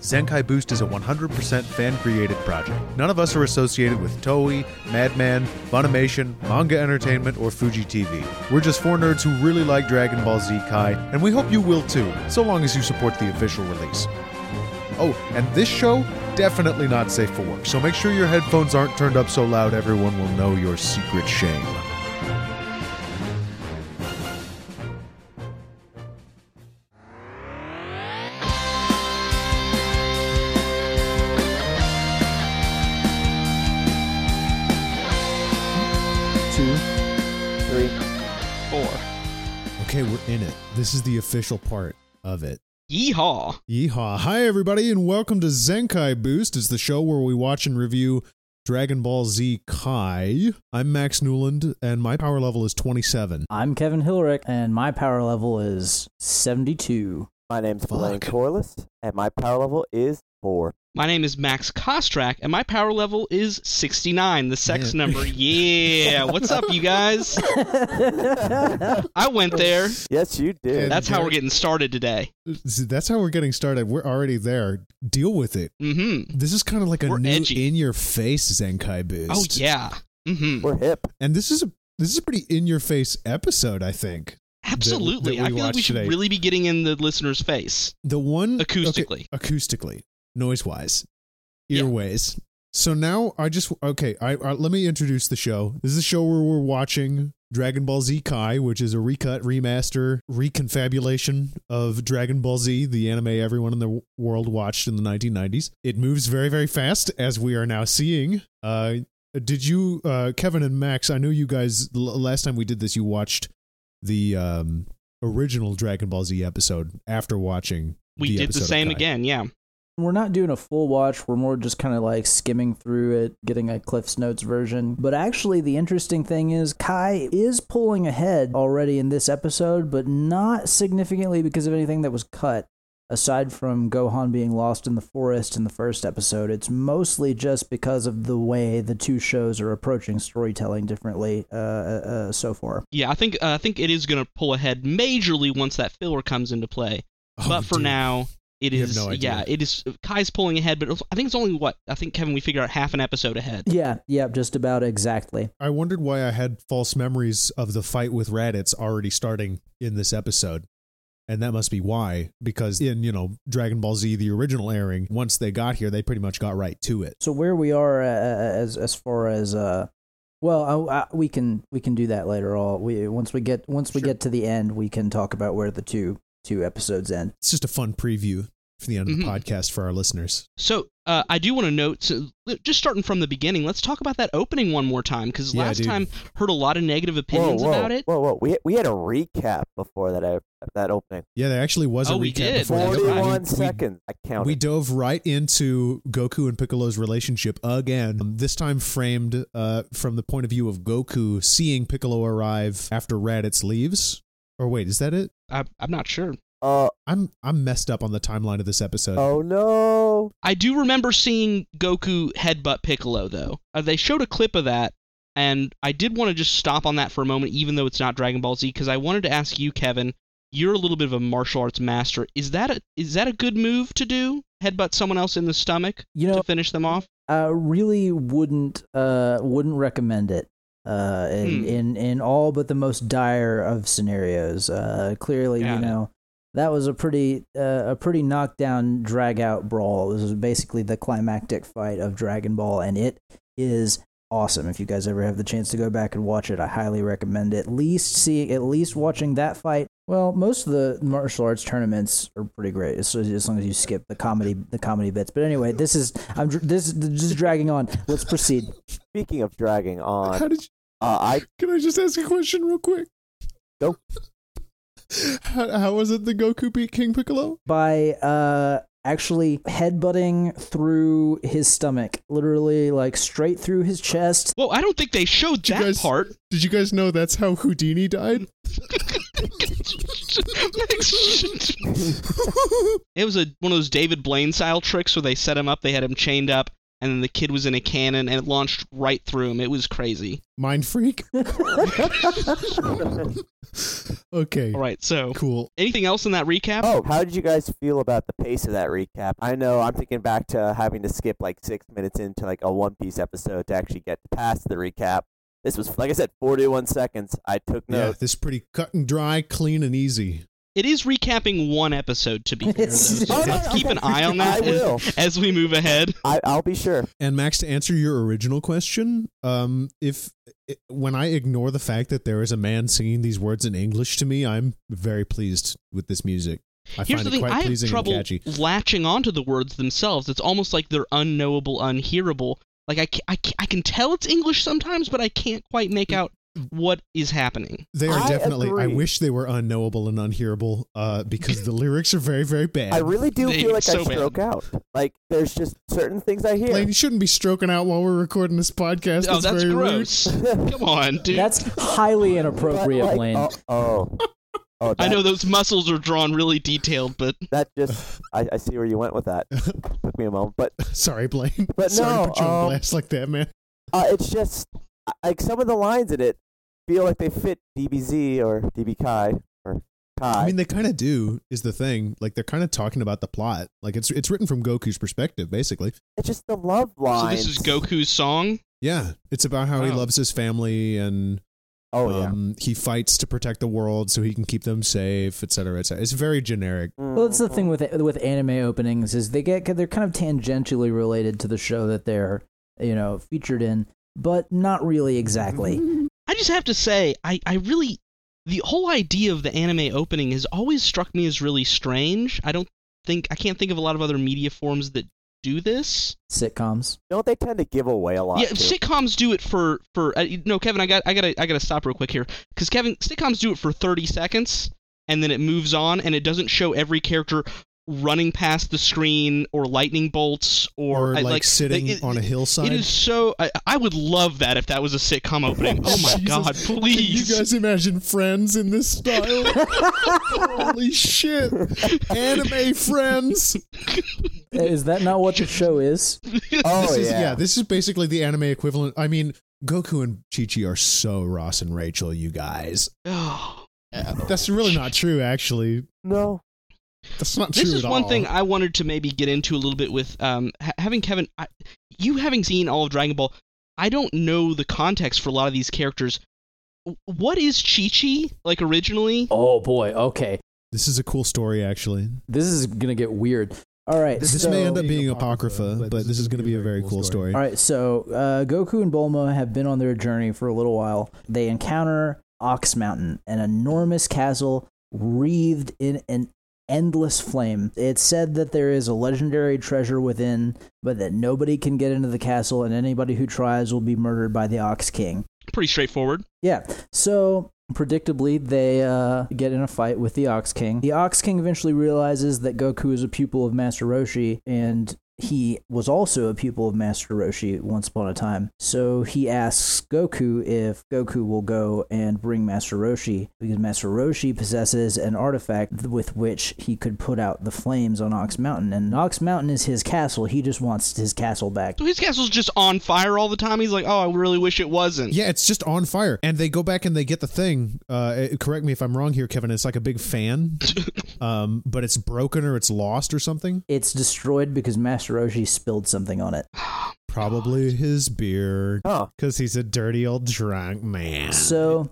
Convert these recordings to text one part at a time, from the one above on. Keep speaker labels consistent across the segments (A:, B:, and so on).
A: Zenkai Boost is a 100% fan created project. None of us are associated with Toei, Madman, Funimation, Manga Entertainment, or Fuji TV. We're just four nerds who really like Dragon Ball Z Kai, and we hope you will too, so long as you support the official release. Oh, and this show? Definitely not safe for work, so make sure your headphones aren't turned up so loud everyone will know your secret shame.
B: two, three, four.
C: Okay, we're in it. This is the official part of it.
B: Yeehaw!
C: Yeehaw. Hi, everybody, and welcome to Zenkai Boost. It's the show where we watch and review Dragon Ball Z Kai. I'm Max Newland, and my power level is 27.
D: I'm Kevin Hilrich, and my power level is 72.
E: My name's Blaine
C: Fuck.
E: Corliss, and my power level is four.
B: My name is Max Kostrak, and my power level is 69, the sex
C: Yeah.
B: number. Yeah! What's up, you guys? I went there.
E: Yes, you did.
B: That's how we're getting started today.
C: See, That's how we're getting started. We're already there. Deal with it.
B: Mm hmm.
C: This is kind of like a
B: We're
C: new
B: edgy.
C: in your face Zenkai Boost.
B: Oh, yeah. Mm hmm.
E: We're hip.
C: And this is a this is a pretty in your face episode, I think.
B: Absolutely.
C: that we
B: I feel like we
C: watched
B: should
C: today.
B: really be getting in the listener's face.
C: The one okay,
B: Acoustically.
C: acoustically, noise wise,
B: Yeah.
C: earways. So now I just okay. I, I let me introduce the show. This is a show where we're watching Dragon Ball Z Kai, which is a recut, remaster, reconfabulation of Dragon Ball Z, the anime everyone in the w- world watched in the 1990s. It moves very, very fast, as we are now seeing. Uh, did you, uh, Kevin and Max? I know you guys. L- last time we did this, you watched the um, original Dragon Ball Z episode after watching.
B: We did the
C: episode of
B: same
C: Kai.
B: again, yeah.
D: We're not doing a full watch. We're more just kind of like skimming through it, getting a Cliff's Notes version. But actually, the interesting thing is Kai is pulling ahead already in this episode, but not significantly because of anything that was cut. Aside from Gohan being lost in the forest in the first episode, it's mostly just because of the way the two shows are approaching storytelling differently uh, uh, uh, so far.
B: Yeah, I think uh, I think it is going to pull ahead majorly once that filler comes into play.
C: Oh,
B: but for
C: dude.
B: now it
C: You have
B: is
C: no idea.
B: yeah it is uh, kai's pulling ahead but it was- i think it's only what i think kevin we figured out half an episode ahead
D: Yeah, yeah, just about exactly.
C: I wondered why I had false memories of the fight with Raditz already starting in this episode. And that must be why, because in, you know, Dragon Ball Z, the original airing, once they got here, they pretty much got right to it.
D: So where we are uh, as as far as uh, well, I, I, we can we can do that later. All we once we get once we
C: Sure.
D: get to the end, we can talk about where the two two episodes end.
C: It's just a fun preview for the end of the
B: Mhm.
C: podcast for our listeners.
B: so uh, i do want to note so, just starting from the beginning let's talk about that opening one more time because
C: Yeah,
B: last
C: dude.
B: time heard a lot of negative opinions
E: whoa, whoa,
B: about it
E: Whoa, whoa. We, we had a recap before that uh, that opening.
C: Yeah, there actually was
B: Oh,
C: a
B: we
C: recap
B: did.
C: before the episode. We-
E: 41
C: we-
E: seconds. I counted.
C: We dove right into Goku and Piccolo's relationship again. um, This time framed uh, from the point of view of Goku seeing Piccolo arrive after Raditz leaves. Or wait, is that it?
B: I, i'm not sure
E: uh,
C: I'm I'm messed up on the timeline of this episode.
E: oh, no.
B: i do remember seeing goku headbutt piccolo though uh, they showed a clip of that and i did want to just stop on that for a moment even though it's not dragon ball z because i wanted to ask you kevin you're a little bit of a martial arts master is that a is that a good move to do headbutt someone else in the stomach
D: You know,
B: to finish them off
D: I really wouldn't uh wouldn't recommend it. Uh, in,
B: Hmm.
D: in in all but the most dire of scenarios. Uh, clearly,
B: Got
D: you
B: it.
D: know. That was a pretty uh, a pretty knockdown drag out brawl. It was basically the climactic fight of Dragon Ball, and it is awesome. If you guys ever have the chance to go back and watch it, I highly recommend at least seeing at least watching that fight. Well, most of the martial arts tournaments are pretty great, as, as long as you skip the comedy the comedy bits. But anyway, this is I'm dr- this is just dragging on. Let's proceed.
E: Speaking of dragging on, uh,
C: How did you,
E: I
C: can I just ask a question real quick?
E: Go.
C: How, how was it the Goku beat King Piccolo?
D: by uh actually headbutting through his stomach literally like straight through his chest
B: Well, I don't think they showed
C: you
B: that
C: guys-
B: part.
C: Did you guys know that's how Houdini died?
B: it was a one of those David Blaine style tricks where they set him up, they had him chained up, and then the kid was in a cannon and it launched right through him. It was crazy.
C: Mind freak. Okay.
B: All right, so
C: Cool.
B: anything else in that recap?
E: Oh, how did you guys feel about the pace of that recap? I know I'm thinking back to having to skip like six minutes into like a One Piece episode to actually get past the recap. This was, like I said, 41 seconds. I took
C: Yeah,
E: notes.
C: this is pretty cut and dry, clean and easy.
B: It is recapping one episode, to be fair. though,
D: It's-
B: so
E: Oh, no,
B: let's keep an
E: okay.
B: eye on
E: I
B: that as,
E: will.
B: as we move ahead.
E: I, I'll be sure.
C: And Max, to answer your original question, um, if i when I ignore the fact that there is a man singing these words in English to me, I'm very pleased with this music. I
B: Here's
C: find
B: the
C: it
B: thing:
C: quite
B: I have
C: pleasing
B: trouble
C: and catchy.
B: latching onto the words themselves. It's almost like they're unknowable, unhearable. Like I, ca- I, ca- I can tell it's English sometimes, but I can't quite make
C: Hmm.
B: out what is happening.
C: They are
E: I
C: definitely. I
E: agree.
C: wish they were unknowable and unhearable, uh, because the lyrics are very, very bad.
E: I really do
B: They-
E: feel like I
B: so bad.
E: stroke out. Like, there's just certain things I hear.
C: Blaine, you shouldn't be stroking out while we're recording this podcast.
B: oh, that's
C: very rude.
B: gross! Come on, dude.
D: That's highly
E: But,
D: inappropriate,
E: like,
D: Blaine.
E: Oh, oh, oh that,
B: I know those muscles are drawn really detailed, but
E: That just, I, I see where you went with that. Took me a moment, but
C: Sorry, Blaine.
E: But
C: Sorry to
E: no,
C: put you on
E: um,
C: blast like that, man.
E: uh, it's just I- like some of the lines in it feel like they fit DBZ or DB Kai or Kai.
C: I mean, they kind of do. Is the thing like they're kind of talking about the plot? Like it's it's written from Goku's perspective, basically.
E: it's just the love
B: so
E: lines.
B: this is Goku's song.
C: Yeah, it's about how he
B: Wow.
C: loves his family and
E: Oh yeah.
C: um, he fights to protect the world so he can keep them safe, et cetera, et cetera. It's very generic.
E: Mm.
D: Well, that's the thing with with anime openings is they get they're kind of tangentially related to the show that they're you know featured in, but not really exactly.
B: I just have to say, I, I really the whole idea of the anime opening has always struck me as really strange. I don't think I can't think of a lot of other media forms that do this.
D: Sitcoms.
E: Don't they tend to give away a lot?
B: Yeah,
E: too?
B: sitcoms do it for for uh, you- no, Kevin, I got I got to I got to stop real quick here cuz Kevin, sitcoms do it for 30 seconds and then it moves on and it doesn't show every character running past the screen or lightning bolts or,
C: Or
B: I-
C: like, sitting
B: it-
C: on a hillside.
B: It is so I, I would love that if that was a sitcom opening. Oh my
C: Jesus.
B: god,
C: Can
B: please.
C: you guys imagine Friends in this style? Holy shit! Anime Friends.
D: Is that not what the show is?
E: Oh
C: This is-
E: yeah.
C: this is basically the anime equivalent. I mean, Goku and Chi Chi are so Ross and Rachel, you guys. That's really not true, actually.
E: No.
C: That's not
B: this
C: true
B: is
C: at
B: one
C: all.
B: thing I wanted to maybe get into a little bit with um, ha- having Kevin. I, you having seen all of Dragon Ball, I don't know the context for a lot of these characters. W- What is Chi Chi like originally?
D: Oh boy. Okay,
C: This is a cool story, actually.
D: this is gonna get weird. All right.
C: This
D: so,
C: may end up being apocrypha, but this is going to be a very cool story.
D: All right, so uh, Goku and Bulma have been on their journey for a little while. They encounter Ox Mountain, an enormous castle wreathed in an endless flame. It's said that there is a legendary treasure within, but that nobody can get into the castle, and anybody who tries will be murdered by the Ox King.
B: Pretty straightforward.
D: Yeah, so predictably, they uh, get in a fight with the Ox King. The Ox King eventually realizes that Goku is a pupil of Master Roshi and he was also a pupil of Master Roshi once upon a time. So he asks Goku if Goku will go and bring Master Roshi because Master Roshi possesses an artifact with which he could put out the flames on Ox Mountain. And Ox Mountain is his castle. He just wants his castle back.
B: So his castle's just on fire all the time. He's like, oh, I really wish it wasn't.
C: Yeah, it's just on fire, and they go back and they get the thing. Uh, eh, correct me if I'm wrong here, Kevin. It's like a big fan, um, but it's broken or it's lost or something.
D: It's destroyed because Master Roshi spilled something on it.
C: Probably his beard,
E: Huh.
C: because he's a dirty old drunk man.
D: So,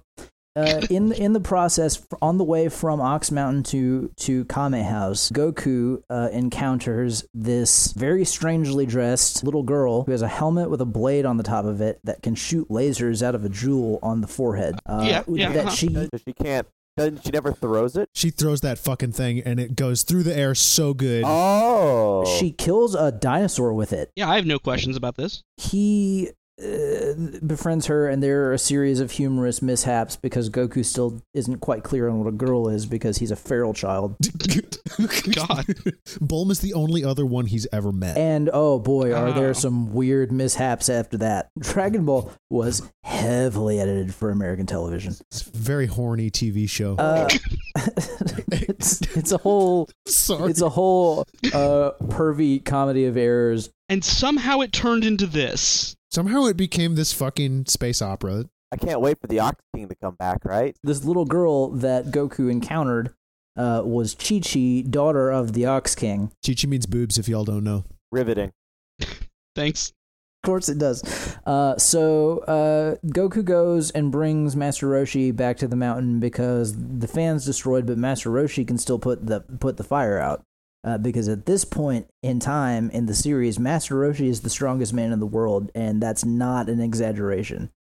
D: uh, in the, in the process, f- on the way from Ox Mountain to to Kame House, Goku uh, encounters this very strangely dressed little girl who has a helmet with a blade on the top of it that can shoot lasers out of a jewel on the forehead. Uh,
B: Yeah, yeah,
D: that
B: uh-huh.
D: she
E: So she can't. Doesn't she never throws it?
C: she throws that fucking thing, and it goes through the air so good.
E: Oh.
D: she kills a dinosaur with it.
B: Yeah, I have no questions about this.
D: he uh, befriends her, and there are a series of humorous mishaps because Goku still isn't quite clear on what a girl is because he's a feral child.
B: God.
C: Bulma's the only other one he's ever met.
D: And oh boy, are
B: Oh.
D: there some weird mishaps after that. Dragon Ball was heavily edited for American television.
C: It's a very horny TV show.
D: Uh, it's, it's a whole
C: Sorry.
D: it's a whole uh, pervy comedy of errors.
B: And somehow it turned into this.
C: Somehow it became this fucking space opera.
E: I can't wait for the Ox King to come back, right?
D: This little girl that Goku encountered uh, was Chi Chi, daughter of the Ox King.
C: Chi Chi means boobs, if y'all don't know.
E: Riveting.
B: Thanks.
D: Of course it does. Uh, so uh, Goku goes and brings Master Roshi back to the mountain because the fan's destroyed, but Master Roshi can still put the put the fire out. Uh, because at this point in time in the series, Master Roshi is the strongest man in the world, and that's not an exaggeration.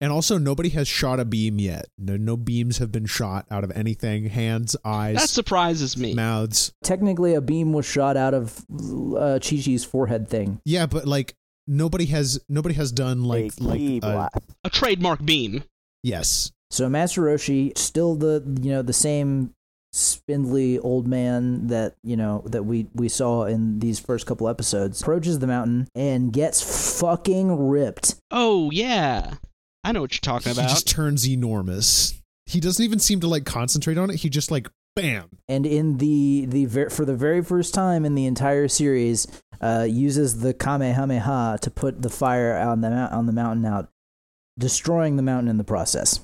C: And also, nobody has shot a beam yet. No, no beams have been shot out of anything hands,
B: That
C: eyes,
B: surprises me.
C: mouths.
D: Technically, a beam was shot out of uh, Chi Chi's forehead thing.
C: Yeah, but like nobody has nobody has done like
E: a key
C: like uh,
E: blast.
B: A trademark beam.
C: yes.
D: So Master Roshi, still the you know the same spindly old man that you know that we we saw in these first couple episodes, approaches the mountain and gets fucking ripped.
B: Oh yeah, I know what you're
C: He
B: talking about.
C: just turns enormous. He doesn't even seem to like concentrate on it. He just like bam.
D: And in the the ver- for the very first time in the entire series, uh, uses the Kamehameha to put the fire on the mou- on the mountain out, destroying the mountain in the process.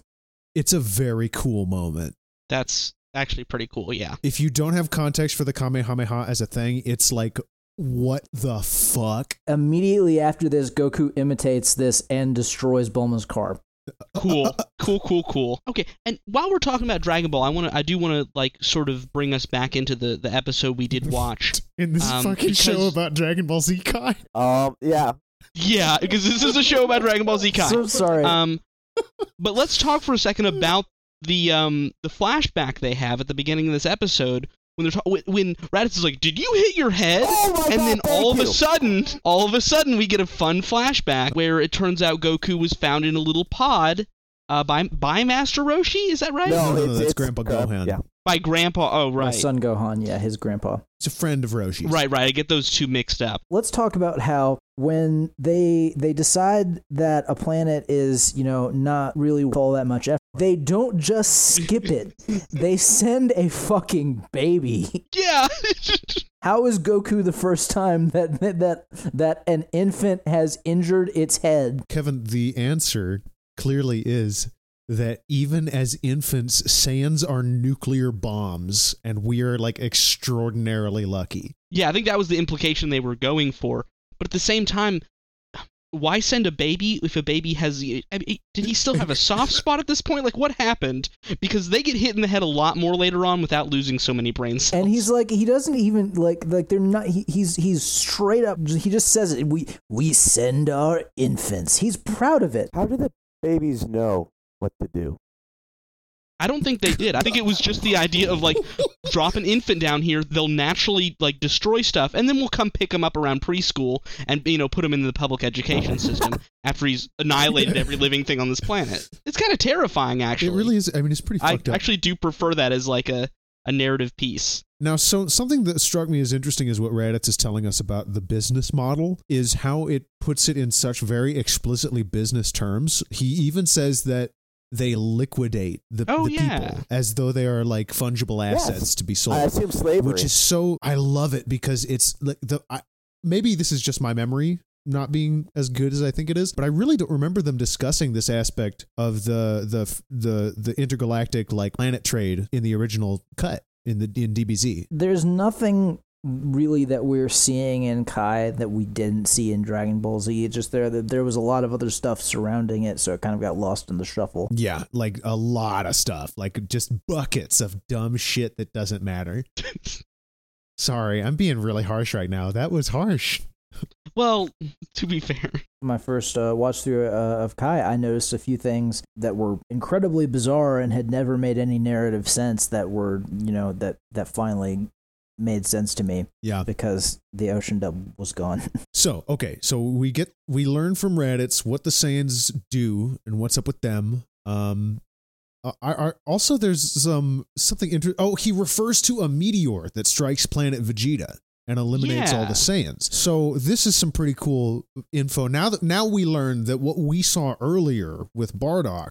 C: It's a very cool moment.
B: That's actually pretty cool. Yeah.
C: If you don't have context for the Kamehameha as a thing, it's like what the fuck?
D: Immediately after this, Goku imitates this and destroys Bulma's car.
B: cool cool cool cool okay and while we're talking about dragon ball i want to i do want to like sort of bring us back into the the episode we did watch
C: In this
B: Um,
C: fucking show
B: because-
C: about Dragon Ball Z Kai.
E: Um, yeah.
B: yeah because this is a show about dragon ball z kai
D: So sorry.
B: um but let's talk for a second about the um the flashback they have at the beginning of this episode when they're ta- when, when raditz is like did you hit your head
E: Oh my
B: and
E: God,
B: then
E: thank
B: all of
E: you.
B: a sudden, all of a sudden, we get a fun flashback where it turns out Goku was found in a little pod uh, by by Master Roshi. Is that right?
C: No, no,
E: it's-
C: no, that's
E: it's-
C: Grandpa Gohan.
E: Yeah.
B: By Grandpa. Oh,
D: My
B: right.
D: son Gohan, yeah, his grandpa.
C: It's a friend of Roshi's.
B: Right, right. I get those two mixed up.
D: Let's talk about how when they they decide that a planet is, you know, not really with all that much effort, they don't just skip it. they send a fucking baby.
B: Yeah.
D: How is Goku the first time that that that, that an infant has injured its head?
C: Kevin, the answer clearly is that even as infants, sands are nuclear bombs, and we are like extraordinarily lucky.
B: yeah, I think that was the implication they were going for. But at the same time, why send a baby if a baby has. I mean, did he still have a soft spot at this point? Like, what happened? Because they get hit in the head a lot more later on without losing so many brain cells.
D: And he's like he doesn't even like like they're not he, he's he's straight up he just says it we we send our infants. He's proud of it.
E: How do the babies know what to do?
B: I don't think they did. I think it was just the idea of, like, drop an infant down here, they'll naturally, like, destroy stuff, and then we'll come pick him up around preschool and, you know, put him into the public education system after he's annihilated every living thing on this planet. It's kind of terrifying, actually.
C: It really is. I mean, it's pretty
B: I
C: fucked up.
B: actually do prefer that as like a, a narrative piece.
C: Now, so something that struck me as interesting is what Raditz is telling us about the business model is how it puts it in such very explicitly business terms. He even says that they liquidate the,
B: Oh,
C: the
B: yeah.
C: people as though they are like fungible
E: Yes.
C: assets to be sold.
E: I assume slavery.
C: which is so I love it because it's like the I, maybe this is just my memory not being as good as I think it is, but I really don't remember them discussing this aspect of the the the the intergalactic like planet trade in the original cut in the in DBZ.
D: there's nothing really that we're seeing in Kai that we didn't see in Dragon Ball Z. It's just there there was a lot of other stuff surrounding it, so it kind of got lost in the shuffle.
C: Yeah, like a lot of stuff, like just buckets of dumb shit that doesn't matter. Sorry, I'm being really harsh right now. That was harsh.
B: Well, to be fair,
D: My first uh, watch through uh, of Kai, I noticed a few things that were incredibly bizarre and had never made any narrative sense that were, you know, that that finally made sense to me
C: Yeah.
D: because the ocean dub was gone.
C: So, okay, so we get we learn from Raditz what the Saiyans do and what's up with them. Um I, I, also there's some something inter- oh, he refers to a meteor that strikes planet Vegeta and eliminates all
B: Yeah.
C: the Saiyans. So, this is some pretty cool info. Now that now we learn that what we saw earlier with Bardock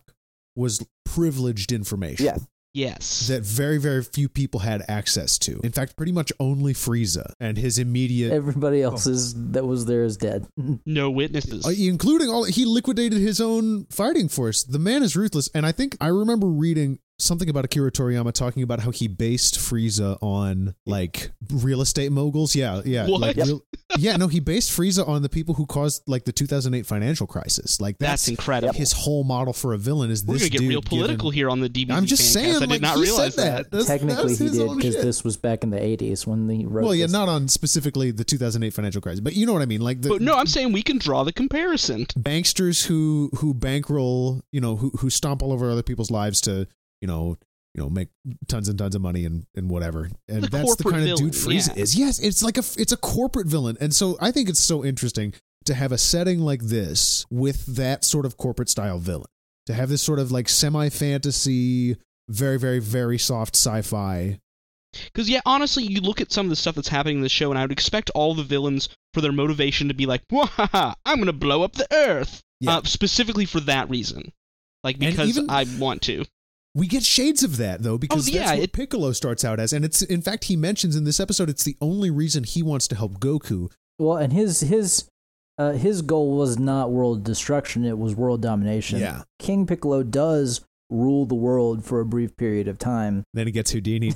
C: was privileged information.
E: yes.
B: Yes.
C: that very, very few people had access to. In fact, pretty much only Frieza and his immediate.
D: Everybody else is that was there is dead.
B: no witnesses.
C: Uh, including all he liquidated his own fighting force the man is ruthless and i think i remember reading something about akira toriyama talking about how he based frieza on like real estate moguls yeah yeah
B: What?
C: like
B: Yep.
C: real- yeah no he based frieza on the people who caused like the 2008 financial crisis like
B: that's,
C: that's,
B: incredible.
C: his whole model for a villain is
B: We're
C: this
B: gonna get
C: dude
B: real political
C: given-
B: here on the DBZ.
C: i'm just
B: fancast.
C: saying
B: I did
C: like,
B: not
C: he
B: realize
C: said that, That's-
D: Technically,
C: that's
D: he
C: his
D: did
C: own
D: because
C: shit.
D: this was back in the '80s when the wrote.
C: well yeah
D: this.
C: not on specifically the 2008 financial crisis but you know what i mean like the,
B: But no, I'm saying we can draw the comparison.
C: banksters who who bankroll you know who who stomp all over other people's lives to you know you know make tons and tons of money and and whatever and
B: The
C: that's the
B: corporate
C: kind of dude
B: villain,
C: Frieza
B: yeah.
C: is yes it's like a it's a corporate villain and so I think it's so interesting to have a setting like this with that sort of corporate style villain to have this sort of like semi fantasy very very very soft sci-fi
B: Because yeah, honestly, you look at some of the stuff that's happening in the show, and I would expect all the villains for their motivation to be like, "Wahaha, I'm gonna blow up the Earth,"
C: Yeah.
B: uh, specifically for that reason, like
C: And
B: because
C: even-
B: I want to.
C: We get shades of that though, because
B: Oh, yeah,
C: that's what
B: it-
C: Piccolo starts out as, and it's in fact he mentions in this episode it's the only reason he wants to help Goku.
D: Well, and his his uh, his goal was not world destruction; it was world domination.
C: Yeah.
D: King Piccolo does rule the world for a brief period of time.
C: Then he gets Houdini.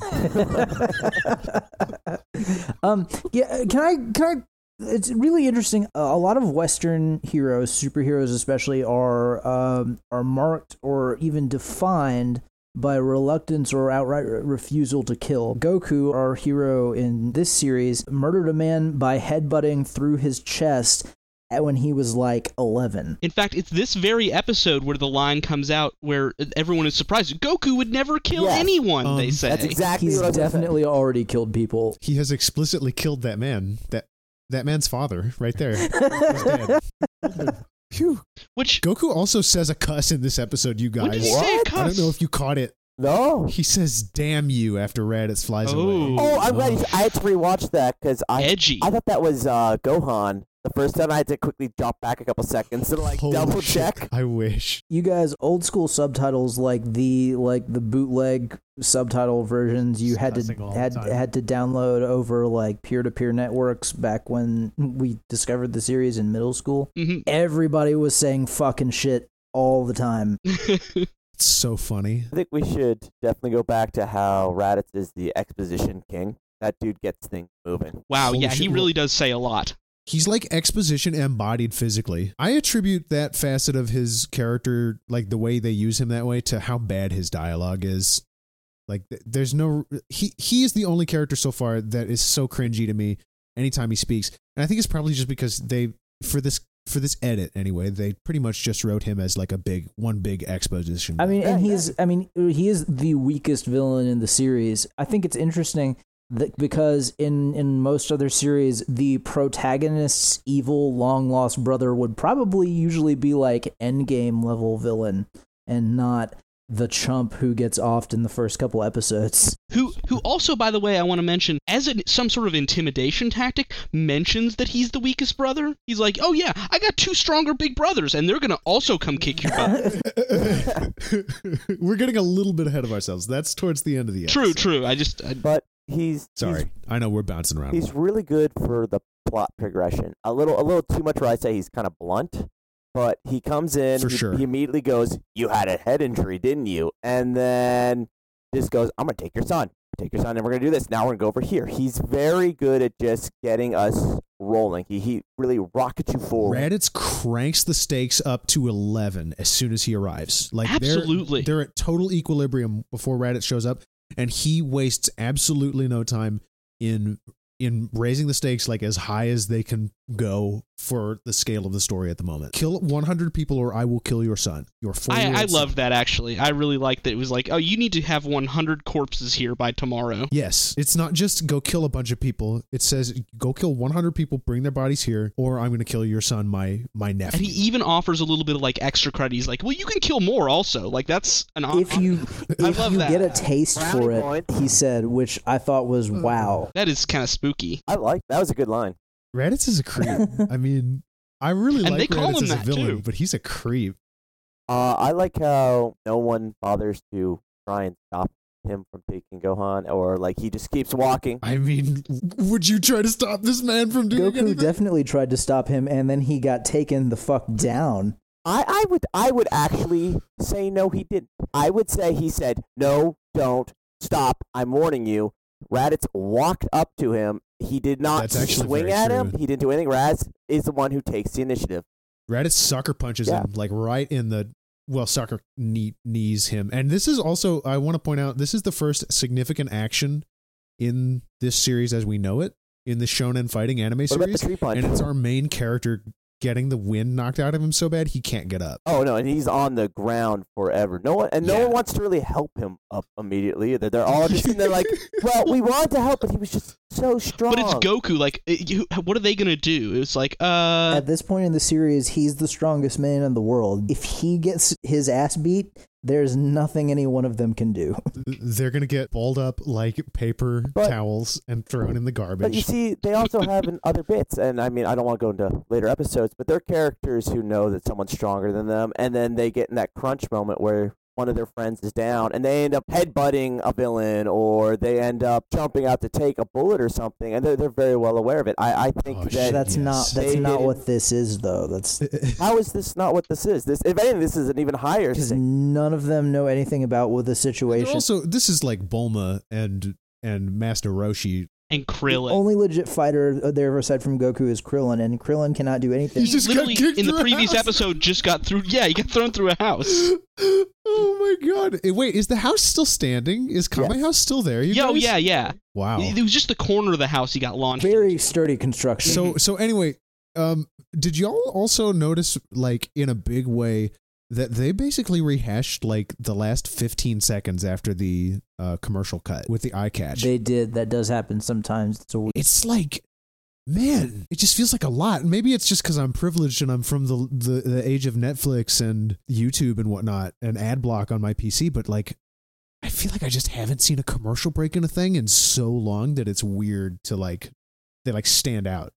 D: um, yeah, can I can I? It's really interesting. A a lot of Western heroes, superheroes especially, are um, are marked or even defined by reluctance or outright re- refusal to kill. Goku, our hero in this series, murdered a man by headbutting through his chest at- when he was like eleven.
B: In fact, it's this very episode where the line comes out where everyone is surprised. Goku would never kill
E: Yes.
B: anyone.
C: Um,
B: they say.
E: That's exactly
D: He's
E: what I was gonna say.
D: definitely already killed people.
C: he has explicitly killed that man. That that man's father, right there. He's dead. Phew.
B: Which
C: Goku also says a cuss in this episode, you guys.
B: when did he say?
E: What?
B: Cuss?
C: I don't know if you caught it.
E: No.
C: He says "damn you" after Raditz flies
B: Oh.
C: away.
E: Oh, I'm glad. You, I had to rewatch that because I
B: edgy.
E: I thought that was uh, Gohan. The first time I had to quickly jump back a couple seconds to Oh, like
C: Holy
E: double
C: shit,
E: check.
C: I wish.
D: you guys old school subtitles like the like the bootleg subtitle versions you had
C: Disgusting all
D: to
C: the
D: had
C: time.
D: had to download over like peer-to-peer networks back when we discovered the series in middle school
B: Mhm.
D: everybody was saying fucking shit all the time
B: Mm-hmm.
C: It's so funny.
E: I think we should definitely go back to how Raditz is the exposition king. That dude gets things moving.
B: wow.
C: Holy
B: yeah, he
C: shit,
B: really does say a lot.
C: He's like exposition embodied physically. I attribute that facet of his character, like the way they use him that way, to how bad his dialogue is. Like, th- there's no he. He is the only character so far that is so cringy to me. Anytime he speaks, and I think it's probably just because they for this for this edit anyway, they pretty much just wrote him as like a big one big exposition.
D: I mean, and
E: Yeah,
D: he's I mean, he is the weakest villain in the series. I think it's interesting that because in in most other series, the protagonist's evil long lost brother would probably usually be like endgame level villain and not the chump who gets offed in the first couple episodes.
B: Who, who also, by the way, I want to mention as an, some sort of intimidation tactic, mentions that he's the weakest brother. He's like, "Oh yeah, I got two stronger big brothers, and they're gonna also come kick your butt."
C: we're getting a little bit ahead of ourselves. That's towards the end of the episode.
B: true, true. I just I,
E: But he's
C: Sorry, I know we're bouncing around. a
E: He's,
C: lot.
E: he's really good for the plot progression. A little a little too much where I say he's kind of blunt. But he comes in,
C: For
E: he,
C: sure.
E: he immediately goes, "You had a head injury, didn't you?" And then just goes, "I'm gonna take your son, take your son, and we're gonna do this. Now we're gonna go over here." He's very good at just getting us rolling. He he really rockets you forward.
C: Raditz cranks the stakes up to eleven as soon as he arrives. Like they're-
B: Absolutely.
C: they're, at total equilibrium before Raditz shows up, and he wastes absolutely no time in in raising the stakes like as high as they can go for the scale of the story at the moment. Kill one hundred people, or I will kill your son. Your four.
B: I, I loved that actually. I really liked that. It was like, "Oh, you need to have 100 corpses here by tomorrow."
C: Yes, it's not just go kill a bunch of people. It says go kill 100 people, bring their bodies here, or I'm going to kill your son, my my nephew.
B: And he even offers a little bit of like extra credit. He's like, "Well, you can kill more also." Like that's an op-
D: If you
B: I
D: if
B: love
D: you
B: that.
D: get a taste
E: Brownie
D: for it,
E: point.
D: he said, which I thought was wow.
B: that is kind of spooky.
E: I like that was a good line.
C: Raditz is a creep. I mean, I really
B: And
C: like
B: they call
C: Raditz
B: him
C: as a
B: that,
C: villain,
B: too.
C: but he's a creep.
E: Uh, I like how no one bothers to try and stop. him from taking Gohan, or like he just keeps walking.
C: I mean, would you try to stop this man from doing
D: Goku
C: anything?
D: definitely tried to stop him, and then he got taken the fuck down.
E: I, I would I would actually say no, he didn't. I would say he said no, don't stop. I'm warning you. Raditz walked up to him. He did not
C: That's actually
E: swing
C: very
E: at
C: true.
E: him. He didn't do anything. Raditz is the one who takes the initiative.
C: Raditz sucker punches
E: Yeah.
C: him like right in the well, sucker knee, knees him, and this is also I want to point out this is the first significant action in this series as we know it in the shonen fighting anime
E: What about the
C: series,
E: tree punch?
C: and it's our main character getting the wind knocked out of him so bad he can't get up.
E: oh no, and he's on the ground forever. No one and no
C: Yeah.
E: one wants to really help him up immediately. Either. They're all just and they're like, well, we wanted to help, but he was just so strong.
B: But it's Goku. Like, it, you, what are they gonna do? It's like, uh,
D: At this point in the series, he's the strongest man in the world. If he gets his ass beat, there's nothing any one of them can do.
C: They're gonna get balled up like paper
E: But-
C: towels and thrown in the
E: But you
C: garbage.
E: see, they also have in other bits, and I mean, I don't want to go into later episodes, but they're characters who know that someone's stronger than them, and then they get in that crunch moment where one of their friends is down, and they end up headbutting a villain, or they end up jumping out to take a bullet or something, and they're, they're very well aware of it. I, I think
C: Oh,
E: that.
C: shit.
D: That's
C: Yes.
D: not that's
E: They
D: not
E: didn't-
D: what this is though. That's
E: How is this not what this is? This, if anything, this is an even higher.
D: because
E: Thing.
D: none of them know anything about what the
C: They're
D: situation.
C: also, this is like Bulma and and Master Roshi.
B: and
D: The
B: Krillin.
D: only legit fighter there aside from Goku is Krillin, and Krillin cannot do anything.
C: He's just got
B: literally
C: kicked
B: in the
C: through a
B: previous
C: house.
B: episode just got through. Yeah, he got thrown through a house.
C: oh my god! Eh, Wait, is the house still standing? Is Kame
E: Yes.
C: House still there? You
B: Yo,
C: guys?
B: yeah, yeah.
C: Wow.
B: It, it was just the corner of the house he got launched.
D: Very sturdy construction.
C: So so anyway, um, did y'all also notice like in a big way that they basically rehashed like the last 15 seconds after the uh, commercial cut with the eye catch?
D: they did. That does happen sometimes. It's a weird
C: it's like man it just feels like a lot maybe it's just because i'm privileged and i'm from the, the the age of netflix and youtube and whatnot and ad block on my pc but like i feel like i just haven't seen a commercial break in a thing in so long that it's weird to like they like stand out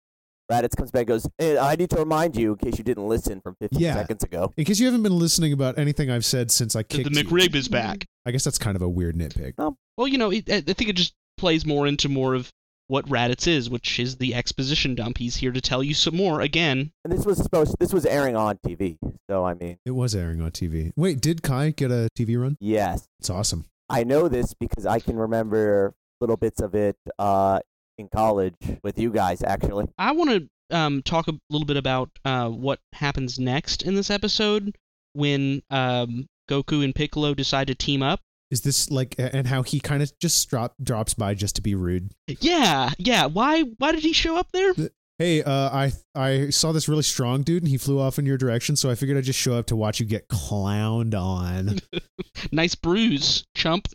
E: Raditz comes back and goes, "Eh, I need to remind you, in case you didn't listen from 15
C: Yeah.
E: seconds ago.
C: in case you haven't been listening about anything i've said since i
B: The,
C: kicked
B: the
C: you.
B: McRib is back.
C: i guess that's kind of a weird nitpick
B: Well, you know, it, I I think it just plays more into more of what Raditz is, which is the exposition dump. He's here to tell you some more again.
E: And this was supposed, this was airing on TV, so I mean,
C: it was airing on tv wait did kai get a tv run
E: yes.
C: it's awesome
E: I know this because I can remember little bits of it uh, in college with you guys, actually.
B: I want to um, talk a little bit about uh, what happens next in this episode when um, Goku and Piccolo decide to team up.
C: is this like a- and how he kind of just drop, drops by just to be rude
B: Yeah, yeah. Why? Why did he show up there?
C: hey uh, i i saw this really strong dude and he flew off in your direction so i figured i'd just show up to watch you get clowned on
B: Nice bruise, chump.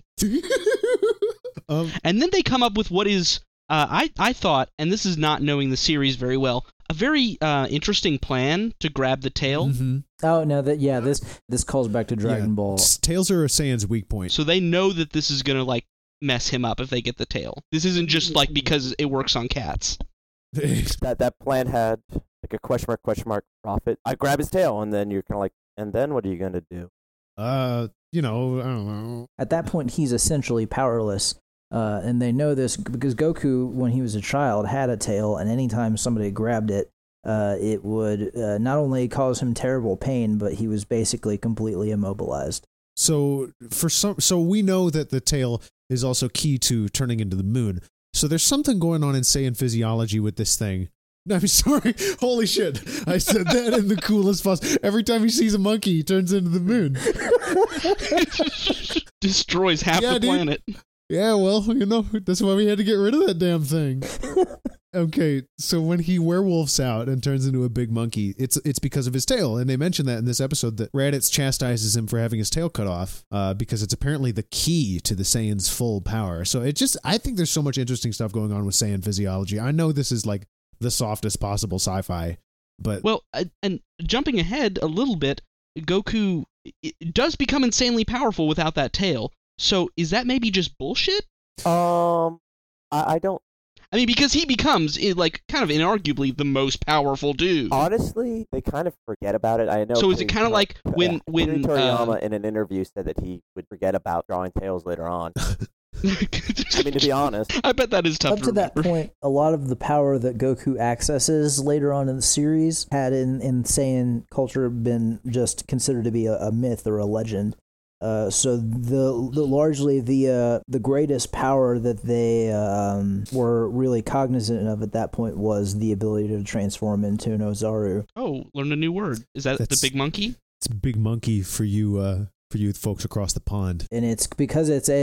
C: um,
B: And then they come up with what is uh, I I thought, and this is not knowing the series very well, a very uh, interesting plan to grab the tail.
C: mhm.
D: Oh no, that yeah, this this calls back to Dragon
C: Yeah.
D: Ball.
C: S- tails are a saiyan's weak point
B: So they know that this is gonna like mess him up if they get the tail. This isn't just
C: Mm-hmm.
B: like because it works on cats.
E: That that plan had like a question mark, question mark, profit. I grab his tail, and then you're kind of like, and then what are you going to do?
C: uh you know i don't know
D: At that point, he's essentially powerless. Uh, and they know this because Goku, when he was a child, had a tail, and anytime somebody grabbed it, uh, it would uh, not only cause him terrible pain, but he was basically completely immobilized.
C: so for some so we know that the tail is also key to turning into the moon so there's something going on in saiyan physiology with this thing No, I'm sorry. Holy shit. I said that in the coolest possible. Every time he sees a monkey, he turns into the moon.
B: Destroys half
C: Yeah,
B: the
C: dude.
B: planet.
C: Yeah, well, you know, that's why we had to get rid of that damn thing. okay, so when he werewolves out and turns into a big monkey, it's it's because of his tail, and they mentioned that in this episode that Raditz chastises him for having his tail cut off, uh, because it's apparently the key to the Saiyan's full power. So it just, I think there's so much interesting stuff going on with Saiyan physiology. I know this is like the softest possible sci-fi, but
B: Well, uh, and jumping ahead a little bit, Goku i- does become insanely powerful without that tail. So is that maybe just bullshit?
E: Um, I, I don't.
B: I mean, because he becomes eh, like kind of inarguably the most powerful dude.
E: Honestly, they kind of forget about it. I know.
B: So is it
E: Akira
B: kinda like
E: Toriyama-
B: when-
E: yeah,
B: when,
E: Akira
B: uh,
E: Toriyama in an interview said that he would forget about drawing tails later on? I
B: I
E: mean, to be honest,
B: bet that is tough
D: Up to that
B: remember.
D: point, a lot of the power that Goku accesses later on in the series had in, in Saiyan culture been just considered to be a, a myth or a legend. Uh, so the, the largely the uh, the greatest power that they um, were really cognizant of at that point was the ability to transform into an Ozaru.
B: Oh, learn a new word. Is that
C: That's-
B: the big monkey?
C: It's a big monkey for you, uh, for you folks across the pond.
D: and it's because it's a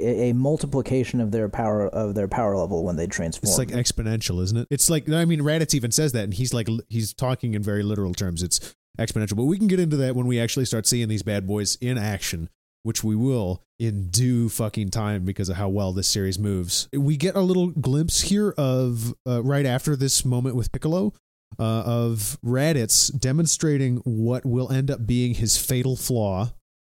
D: a a multiplication of their power of their power level when they transform.
C: It's like exponential, isn't it? It's like I mean, Raditz even says that, and he's like he's talking in very literal terms. It's exponential, but we can get into that when we actually start seeing these bad boys in action, which we will in due fucking time because of how well this series moves. We get a little glimpse here of uh, right after this moment with Piccolo. Uh, of Raditz demonstrating what will end up being his fatal flaw,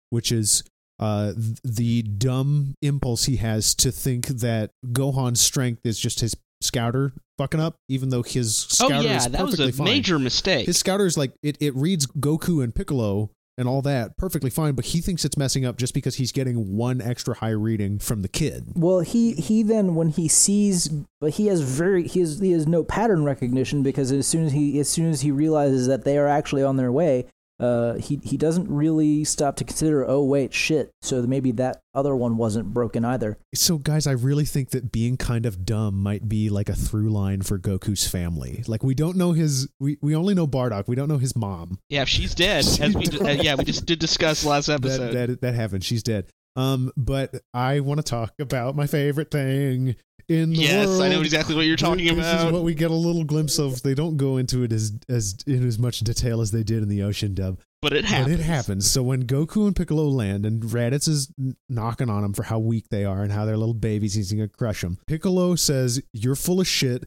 C: which is uh, th- the dumb impulse he has to think that Gohan's strength is just his scouter fucking up, even though his scouter
B: oh yeah,
C: is
B: that was
C: perfectly
B: a
C: fine.
B: major mistake.
C: His scouter is like it, it reads Goku and Piccolo and all that perfectly fine, but he thinks it's messing up just because he's getting one extra high reading from the kid.
D: well, he he then when he sees, but he has very he has he has no pattern recognition because as soon as he as soon as he realizes that they are actually on their way, uh, he he doesn't really stop to consider. Oh wait, shit. So maybe that other one wasn't broken either.
C: So, guys, I really think that being kind of dumb might be like a through line for Goku's family. Like, we don't know his, we, we only know Bardock, we don't know his mom.
B: yeah, she's dead. as we d- uh, yeah, we just did discuss last episode.
C: That, that that happened. She's dead. Um, but I want to talk about my favorite thing in the
B: yes,
C: world.
B: I know exactly what you're talking
C: This
B: about.
C: is what we get a little glimpse of. They don't go into it as as in as much detail as they did in the Ocean dub,
B: but it happens.
C: but it happens. So when Goku and Piccolo land, and Raditz is n- knocking on them for how weak they are and how they're little babies, he's gonna crush them. Piccolo says, "You're full of shit."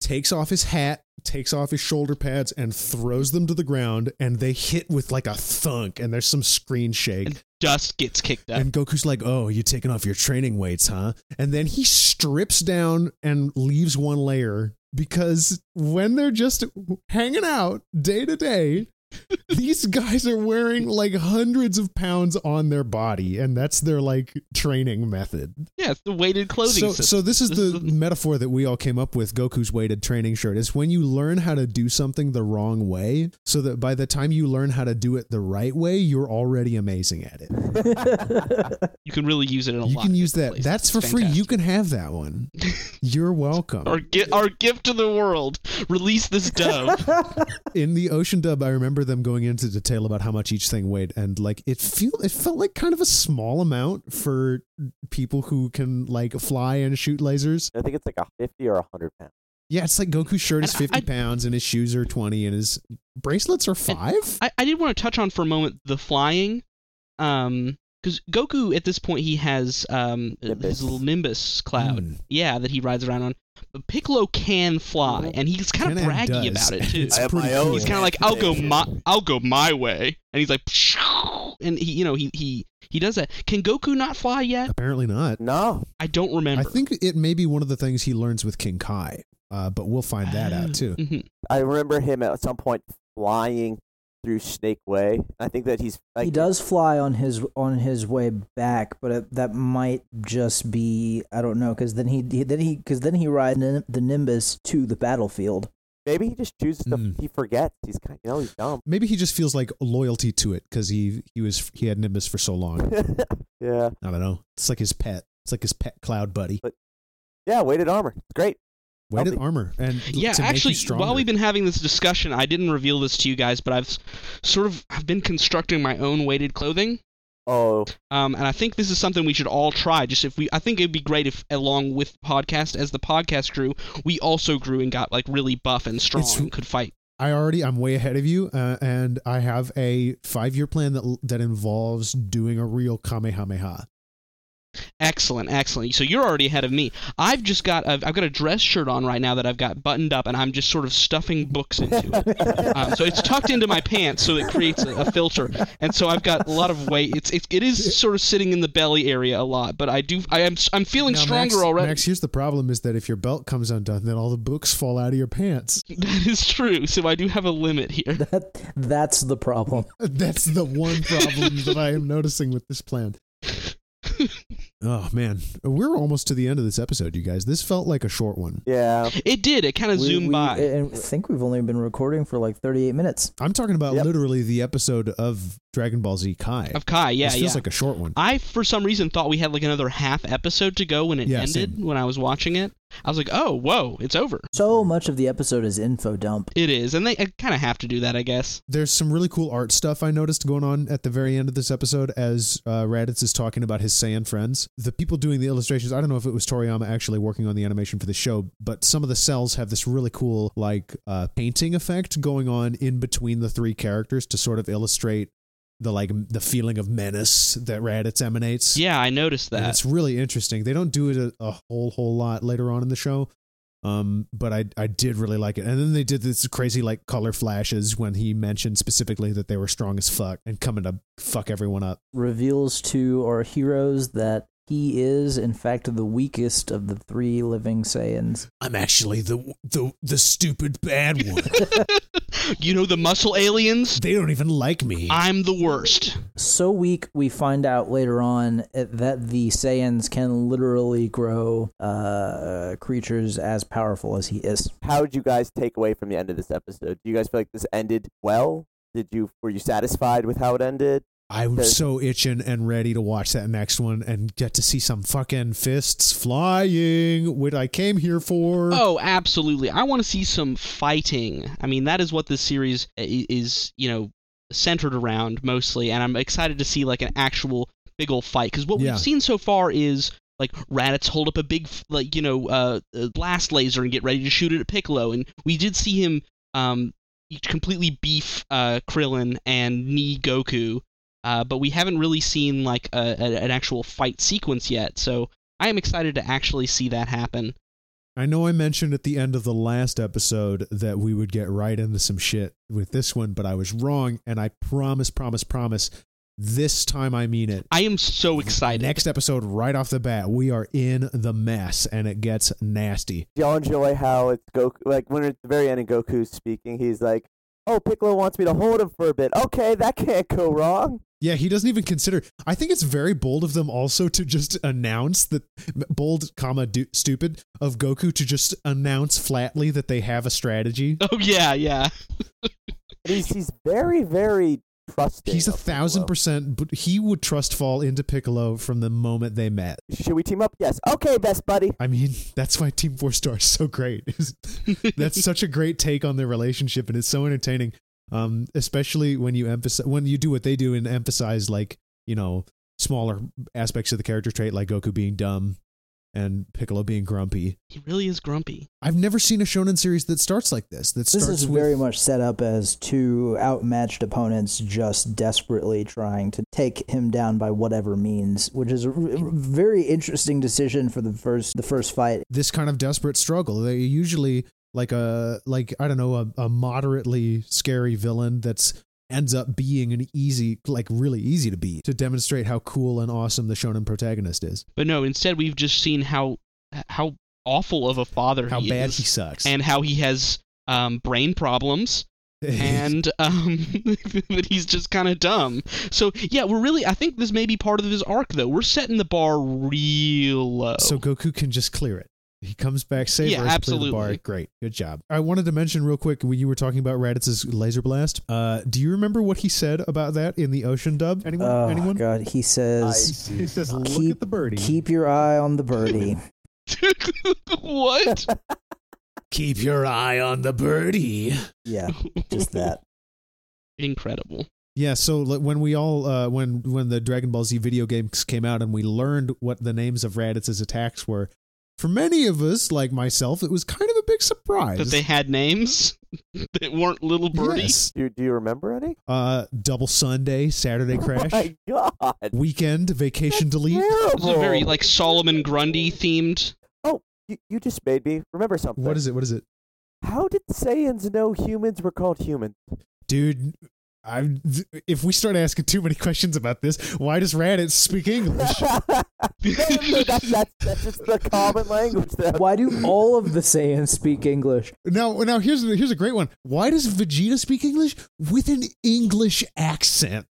C: Takes off his hat, takes off his shoulder pads, and throws them to the ground. And they hit with like a thunk, and there's some screen shake.
B: And dust gets kicked up.
C: And Goku's like, "Oh, you taking off your training weights, huh?" And then he strips down and leaves one layer because when they're just hanging out day to day, these guys are wearing like hundreds of pounds on their body, and that's their like training method.
B: yeah, it's the weighted clothing
C: So,
B: system.
C: so this is
B: This
C: the
B: is the-
C: metaphor that we all came up with. Goku's weighted training shirt is when you learn how to do something the wrong way, so that by the time you learn how to do it the right way, you're already amazing at it.
B: you can really use it in a
C: you
B: lot.
C: can
B: of
C: use that.
B: different places.
C: That's for
B: It's
C: free. You
B: fantastic.
C: can have that one. You're welcome.
B: Our, gi- our gift to the world. Release this dove.
C: In the ocean dub, I remember them going into detail about how much each thing weighed, and like it feel it felt like kind of a small amount for people who can like fly and shoot lasers.
E: I think it's like a fifty or hundred pounds.
C: Yeah, it's like Goku's shirt is
B: And I-
C: fifty
B: I-
C: pounds, and his shoes are twenty, and his bracelets are five.
B: I, I did want to touch on for a moment the flying, um, because Goku at this point he has um
E: Nimbus.
B: his little Nimbus cloud,
C: Mm.
B: yeah, that he rides around on. But Piccolo can fly, and he's kind
C: Can
B: of
C: and
B: braggy
C: does.
B: about it too.
C: It's
E: I have
C: pretty
E: my own.
C: cool.
B: He's kind of like, I'll go my, I'll go my way, and he's like, and he, you know, he he he does that. Can Goku not fly yet?
C: Apparently not.
E: No,
B: I don't remember.
C: I think it may be one of the things he learns with King Kai, uh, but we'll find that out too.
B: Mhm.
E: I remember him at some point flying through Snake Way. I think that he's like
D: he does fly on his on his way back, but it, that might just be I don't know because then he, he then he because then he rides nim- the Nimbus to the battlefield.
E: maybe he just chooses to
C: Mm.
E: he forgets. He's kind you know he's dumb.
C: maybe he just feels like loyalty to it because he he was he had Nimbus for so long.
E: yeah,
C: I don't know. It's like his pet. It's like his pet cloud buddy.
E: yeah, weighted armor. It's great.
C: Weighted
E: Healthy.
C: armor and
B: Yeah,
C: to make you
B: actually,
C: stronger.
B: while we've been having this discussion, I didn't reveal this to you guys, but I've s- sort of I've been constructing my own weighted clothing.
E: Oh,
B: Um, and I think this is something we should all try. Just if we, I think it'd be great if, along with the podcast, as the podcast grew, we also grew and got like really buff and strong
C: It's-
B: and could fight.
C: I already I'm way ahead of you, uh, and I have a five year plan that that involves doing a real kamehameha.
B: Excellent, excellent. So you're already ahead of me. I've just got a, I've got a dress shirt on right now that I've got buttoned up, and I'm just sort of stuffing books into it. um, so it's tucked into my pants, so it creates a, a filter, and so I've got a lot of weight. It's it, it is sort of sitting in the belly area a lot, but I do I am I'm feeling
C: Now,
B: stronger
C: Max,
B: already.
C: Max, here's the problem: is that if your belt comes undone, then all the books fall out of your pants.
B: That is true. So I do have a limit here.
D: That that's the problem.
C: That's the one problem that I am noticing with this plan. Oh man, we're almost to the end of this episode, you guys. This felt like a short one.
E: Yeah.
B: It did. It kind of
D: We-
B: zoomed
D: we-
B: by.
D: and I think we've only been recording for like 38 minutes.
C: I'm talking about
E: Yep.
C: literally the episode of Dragon Ball Z Kai.
B: of Kai, yeah,
C: this
B: yeah. Uh,
C: feels like a short one.
B: I, for some reason, thought we had like another half episode to go when it
C: Yeah,
B: ended.
C: same.
B: When I was watching it, I was like, "Oh, whoa, it's over."
D: So much of the episode is info dump.
B: It is, and they kind of have to do that, I guess.
C: There's some really cool art stuff I noticed going on at the very end of this episode as uh, Raditz is talking about his Saiyan friends. The people doing the illustrations, I don't know if it was Toriyama actually working on the animation for the show, but some of the cells have this really cool, like, uh, painting effect going on in between the three characters to sort of illustrate the, like, m- the feeling of menace that Raditz emanates.
B: Yeah, I noticed
C: And
B: that.
C: it's really interesting. They don't do it a, a whole whole lot later on in the show. Um, but I I did really like it. And then they did this crazy like color flashes when he mentioned specifically that they were strong as fuck and coming to fuck everyone up.
D: Reveals to our heroes that he is in fact the weakest of the three living Saiyans.
C: I'm actually the the the stupid bad one.
B: You know the muscle aliens?
C: they don't even like me.
B: I'm the worst.
D: So weak, we find out later on eh, that the Saiyans can literally grow uh, creatures as powerful as he is.
E: How did you guys take away from the end of this episode? Do you guys feel like this ended well? Did you were you satisfied with how it ended?
C: I'm
E: there's-
C: so itching and ready to watch that next one and get to see some fucking fists flying, which I came here for.
B: Oh, absolutely. I want to see some fighting. I mean, that is what this series i- is, you know, centered around mostly, and I'm excited to see like an actual big old fight because what
C: Yeah.
B: we've seen so far is like Raditz hold up a big f- like you know uh, uh, blast laser and get ready to shoot it at Piccolo, and we did see him um completely beef uh, Krillin and knee Goku. Uh, but we haven't really seen like a, a, an actual fight sequence yet, so I am excited to actually see that happen.
C: I know I mentioned at the end of the last episode that we would get right into some shit with this one, but I was wrong, and I promise, promise, promise, this time I mean it.
B: I am so excited.
C: Next episode, right off the bat, we are in the mess, and it gets nasty.
E: Do y'all enjoy how it's Goku? Like when at the very end, and Goku's speaking, he's like, "Oh, Piccolo wants me to hold him for a bit. Okay, that can't go wrong."
C: Yeah, he doesn't even consider. I think it's very bold of them also to just announce that bold, comma, du- stupid of Goku to just announce flatly that they have a strategy.
B: Oh yeah, yeah.
E: And he's he's very very trusting.
C: He's a
E: of
C: thousand
E: Piccolo.
C: percent, but he would trust fall into Piccolo from the moment they met.
E: Should we team up? Yes. Okay, best buddy.
C: I mean, that's why Team Four Star is so great. that's such a great take on their relationship, and it's so entertaining. Um, especially when you emphasize when you do what they do and emphasize like you know smaller aspects of the character trait, like Goku being dumb and Piccolo being grumpy.
B: He really is grumpy.
C: I've never seen a shonen series that starts like this. That starts
D: This is
C: with,
D: very much set up as two outmatched opponents just desperately trying to take him down by whatever means, which is a r- very interesting decision for the first the first fight.
C: this kind of desperate struggle. They usually like a like I don't know a, a moderately scary villain that's ends up being an easy like really easy to beat to demonstrate how cool and awesome the shonen protagonist is.
B: But no, instead we've just seen how how awful of a father
C: How
B: he
C: bad
B: is,
C: he sucks.
B: and how he has um, brain problems, and um, that he's just kind of dumb. So yeah, we're really. I think this may be part of his arc, though. We're setting the bar real low.
C: so Goku can just clear it. He comes back safer.
B: Yeah,
C: has to clear The bar.
B: absolutely.
C: Great. Good job. I wanted to mention real quick when you were talking about Raditz's laser blast. Uh, do you remember what he said about that in the ocean dub? Anyone?
D: Oh
C: Anyone?
D: god, he says
C: He says, "Look
D: Keep-
C: at the birdie.
D: keep your eye on the birdie.
B: what?
C: Keep your eye on the birdie."
D: yeah, just that.
B: Incredible.
C: Yeah, so like, when we all uh, when when the Dragon Ball Z video games came out and we learned what the names of Raditz's attacks were, For many of us, like myself, it was kind of a big surprise.
B: that they had names that weren't little birdies.
C: Yes.
E: Do, do you remember any? Oh
C: Uh, double Sunday, Saturday
B: Oh
C: crash,
E: My God.
C: weekend, vacation delete.
B: This is
E: Terrible. Oh,
B: a very like Solomon Grundy themed.
E: you, you just made me remember something.
C: What is it? What is it?
E: How did Saiyans know humans were called humans?
C: Dude, I if we start asking too many questions about this, why does Raditz speak English?
E: that's, that's, that's just the common language. That
D: Why do all of the Saiyans speak English?
C: Now, now here's here's a great one. Why does Vegeta speak English with an English accent?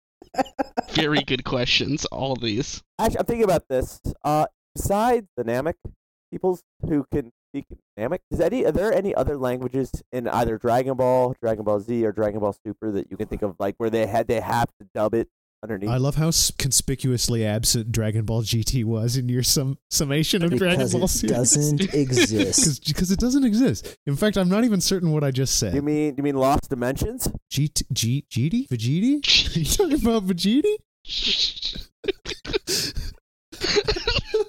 B: Very good questions. All these.
E: Actually, I'm thinking about this. Uh, besides the Namek, people who can speak Namek, is any are there any other languages in either Dragon Ball, Dragon Ball Z, or Dragon Ball Super that you can think of, like where they had they have to dub it underneath?
C: I love how s- conspicuously absent Dragon Ball GT was in your sum- summation of Dragon
D: Because
C: Ball
D: it
C: series.
D: doesn't
C: Cause,
D: exist.
C: 'cause it doesn't exist. In fact, I'm not even certain what I just said.
E: you mean you mean Lost Dimensions?
C: G- G- GD? Vegeta? Are you talking about Vegeta?
B: Mm-hmm.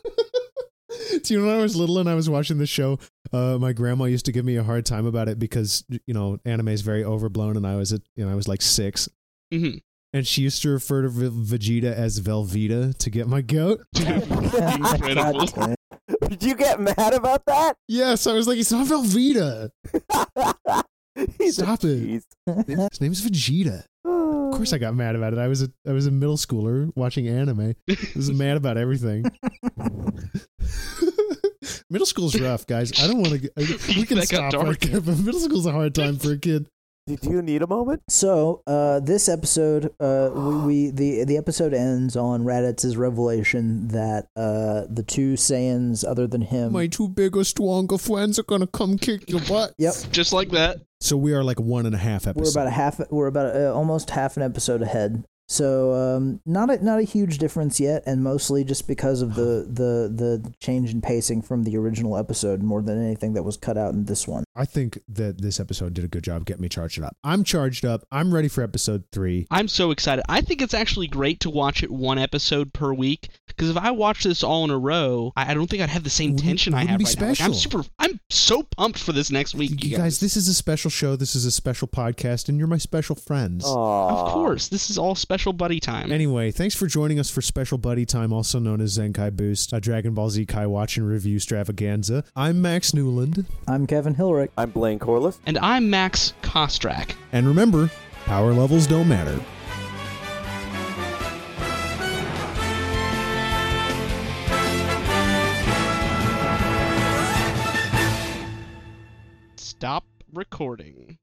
C: Do you know when I was little and I was watching this show? Uh, my grandma used to give me a hard time about it because you know anime is very overblown, and I was at, you know I was like six,
B: Mhm.
C: and she used to refer to v- Vegeta as Velveeta to get my goat.
B: Incredible.
D: God damn.
E: Did you get mad about that?
C: Yes, I was like, it's not Velveeta.
E: He's a
C: Stop it.
E: tease.
C: His name's Vegeta. Of course, I got mad about it. I was a I was a middle schooler watching anime. I was mad about everything. middle school's rough, guys. I don't want to. We can
B: That got
C: stop right
B: dark.
C: there, but middle school's a hard time for a kid.
E: Did you need a moment?
D: So uh, this episode, uh, we, we the the episode ends on Raditz's revelation that uh, the two Saiyans, other than him,
C: two biggest, stronger friends are gonna come kick your butt.
D: yep,
B: Just like that.
C: So we are like one and a half
D: we're
C: episodes.
D: about a half, we're about uh, almost half an episode ahead. So um, not a, not a huge difference yet, and mostly just because of the, the the change in pacing from the original episode more than anything that was cut out in this one.
C: I think that this episode did a good job getting me charged up. I'm charged up. I'm ready for episode three.
B: I'm so excited. I think it's actually great to watch it one episode per week because if I watch this all in a row, I I don't think I'd have the same
C: Wouldn't-
B: tension I
C: wouldn't
B: have
C: be
B: right now. Like, I'm
C: special.
B: super. I'm so pumped for this next week,
C: You guys, this is a special show. This is a special podcast, and you're my special friends.
E: Aw.
B: Of course, this is all special buddy time.
C: Anyway, thanks for joining us for Special Buddy Time, also known as Zenkai Boost, a Dragon Ball Z Kai watch and review stravaganza. I'm Max Newland,
D: I'm Kevin Hilrich.
E: I'm Blaine Corliss.
B: and I'm Max Kostrak.
C: and remember, power levels don't matter.
B: Stop recording.